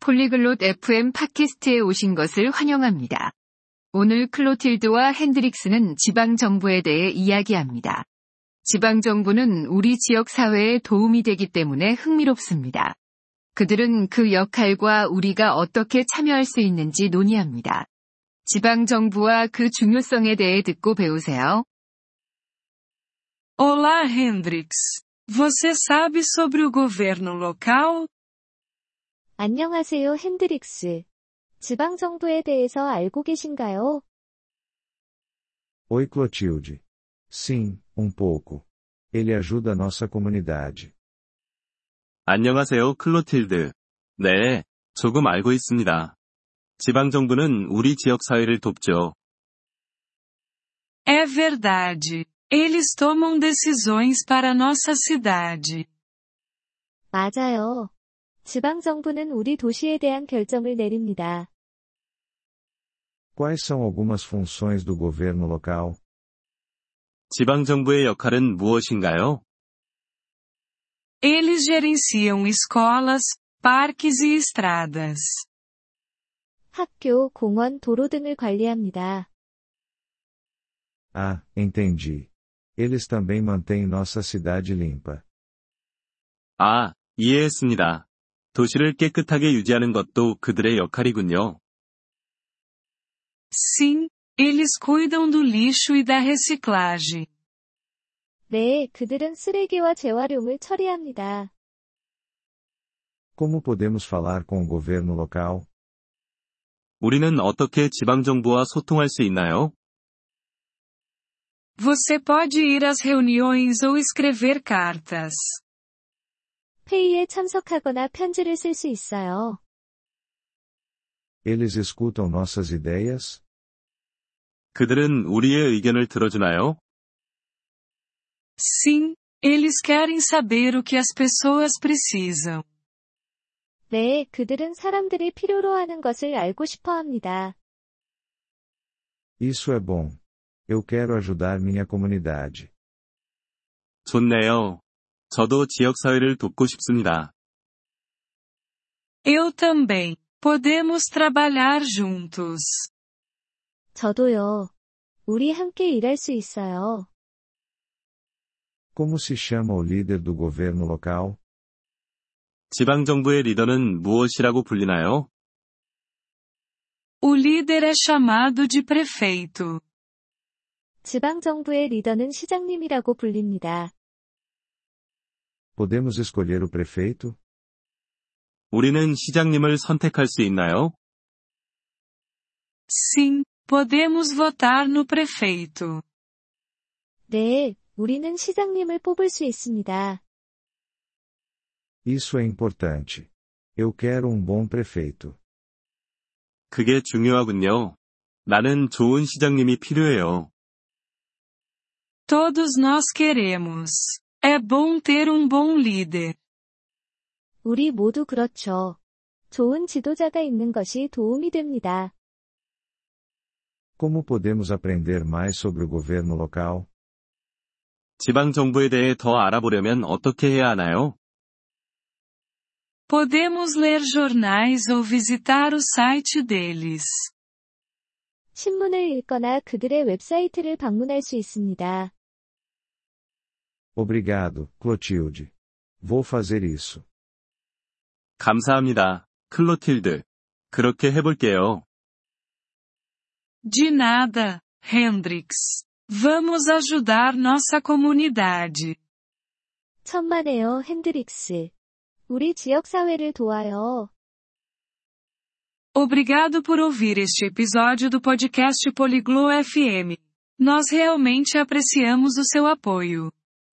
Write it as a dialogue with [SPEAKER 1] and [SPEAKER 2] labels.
[SPEAKER 1] 폴리글롯 FM 팟캐스트에 오신 것을 환영합니다. 오늘 클로틸드와 핸드릭스는 지방정부에 대해 이야기합니다. 지방정부는 우리 지역사회에 도움이 되기 때문에 흥미롭습니다. 그들은 그 역할과 우리가 어떻게 참여할 수 있는지 논의합니다. 지방정부와 그 중요성에 대해 듣고 배우세요.
[SPEAKER 2] Olá, Hendrix. Você sabe sobre o governo local?
[SPEAKER 3] 안녕하세요, 핸드릭스. 지방정부에 대해서 알고 계신가요?
[SPEAKER 4] Oi, Clotilde. Sim, um pouco. Ele ajuda a nossa comunidade.
[SPEAKER 5] 안녕하세요, 클로틸드. 네, 조금 알고 있습니다. 지방정부는 우리 지역사회를 돕죠.
[SPEAKER 2] É verdade. Eles tomam decisões para nossa cidade.
[SPEAKER 3] 맞아요. 지방정부는 우리 도시에 대한 결정을 내립니다.
[SPEAKER 4] Quais são algumas funções do governo local?
[SPEAKER 5] 지방정부의 역할은 무엇인가요?
[SPEAKER 2] Eles gerenciam escolas, parques e estradas.
[SPEAKER 3] 학교, 공원, 도로 등을 관리합니다.
[SPEAKER 4] Ah, entendi. Eles também mantêm nossa cidade limpa.
[SPEAKER 5] 아, 이해했습니다. 도시를 깨끗하게 유지하는 것도 그들의 역할이군요.
[SPEAKER 2] Sim, eles cuidam do lixo e da reciclagem.
[SPEAKER 3] 네, 그들은 쓰레기와 재활용을 처리합니다.
[SPEAKER 4] Como podemos falar com o governo local?
[SPEAKER 5] 우리는 어떻게 지방정부와 소통할 수 있나요?
[SPEAKER 2] Você pode ir às reuniões ou escrever cartas.
[SPEAKER 3] 회의에 참석하거나 편지를 쓸 수 있어요.
[SPEAKER 4] Eles escutam nossas ideias?
[SPEAKER 5] 그들은 우리의 의견을 들어주나요?
[SPEAKER 2] Sim, eles querem saber o que as pessoas precisam.
[SPEAKER 3] 네, 그들은 사람들이 필요로 하는 것을 알고 싶어 합니다.
[SPEAKER 4] Isso é bom. Eu quero ajudar minha comunidade.
[SPEAKER 5] 좋네요. 저도 지역사회를 돕고 싶습니다.
[SPEAKER 2] Eu também. Podemos trabalhar juntos.
[SPEAKER 3] 저도요. 우리 함께 일할 수 있어요.
[SPEAKER 4] Como se chama o líder do governo local?
[SPEAKER 5] 지방정부의 리더는 무엇이라고 불리나요?
[SPEAKER 2] O líder é chamado de prefeito.
[SPEAKER 3] 지방정부의 리더는 시장님이라고 불립니다.
[SPEAKER 4] Podemos escolher o prefeito?
[SPEAKER 5] 우리는 시장님을 선택할 수 있나요?
[SPEAKER 2] Sim, podemos votar no prefeito.
[SPEAKER 3] 네, 우리는 시장님을 뽑을 수 있습니다.
[SPEAKER 4] Isso é importante. Eu quero um bom prefeito.
[SPEAKER 5] 그게 중요하군요. 나는 좋은 시장님이 필요해요.
[SPEAKER 2] Todos nós queremos. É bom ter um bom líder.
[SPEAKER 3] 우리 모두 그렇죠. 좋은 지도자가 있는 것이 도움이 됩니다.
[SPEAKER 4] Como podemos aprender mais sobre o governo local?
[SPEAKER 5] 지방정부에 대해 더 알아보려면 어떻게 해야 하나요?
[SPEAKER 2] Podemos ler jornais ou visitar o site deles.
[SPEAKER 3] 신문을 읽거나 그들의 웹사이트를 방문할 수 있습니다.
[SPEAKER 4] Obrigado, Clotilde. Vou fazer isso.
[SPEAKER 5] 감사합니다, 클로틸드. 그렇게 해볼게요.
[SPEAKER 2] De nada, Hendrix. Vamos ajudar nossa comunidade.
[SPEAKER 3] 천만에요, 핸드릭스. 우리 지역사회를 도와요.
[SPEAKER 2] Obrigado por ouvir este episódio do podcast Poliglo FM. Nós realmente apreciamos o seu apoio.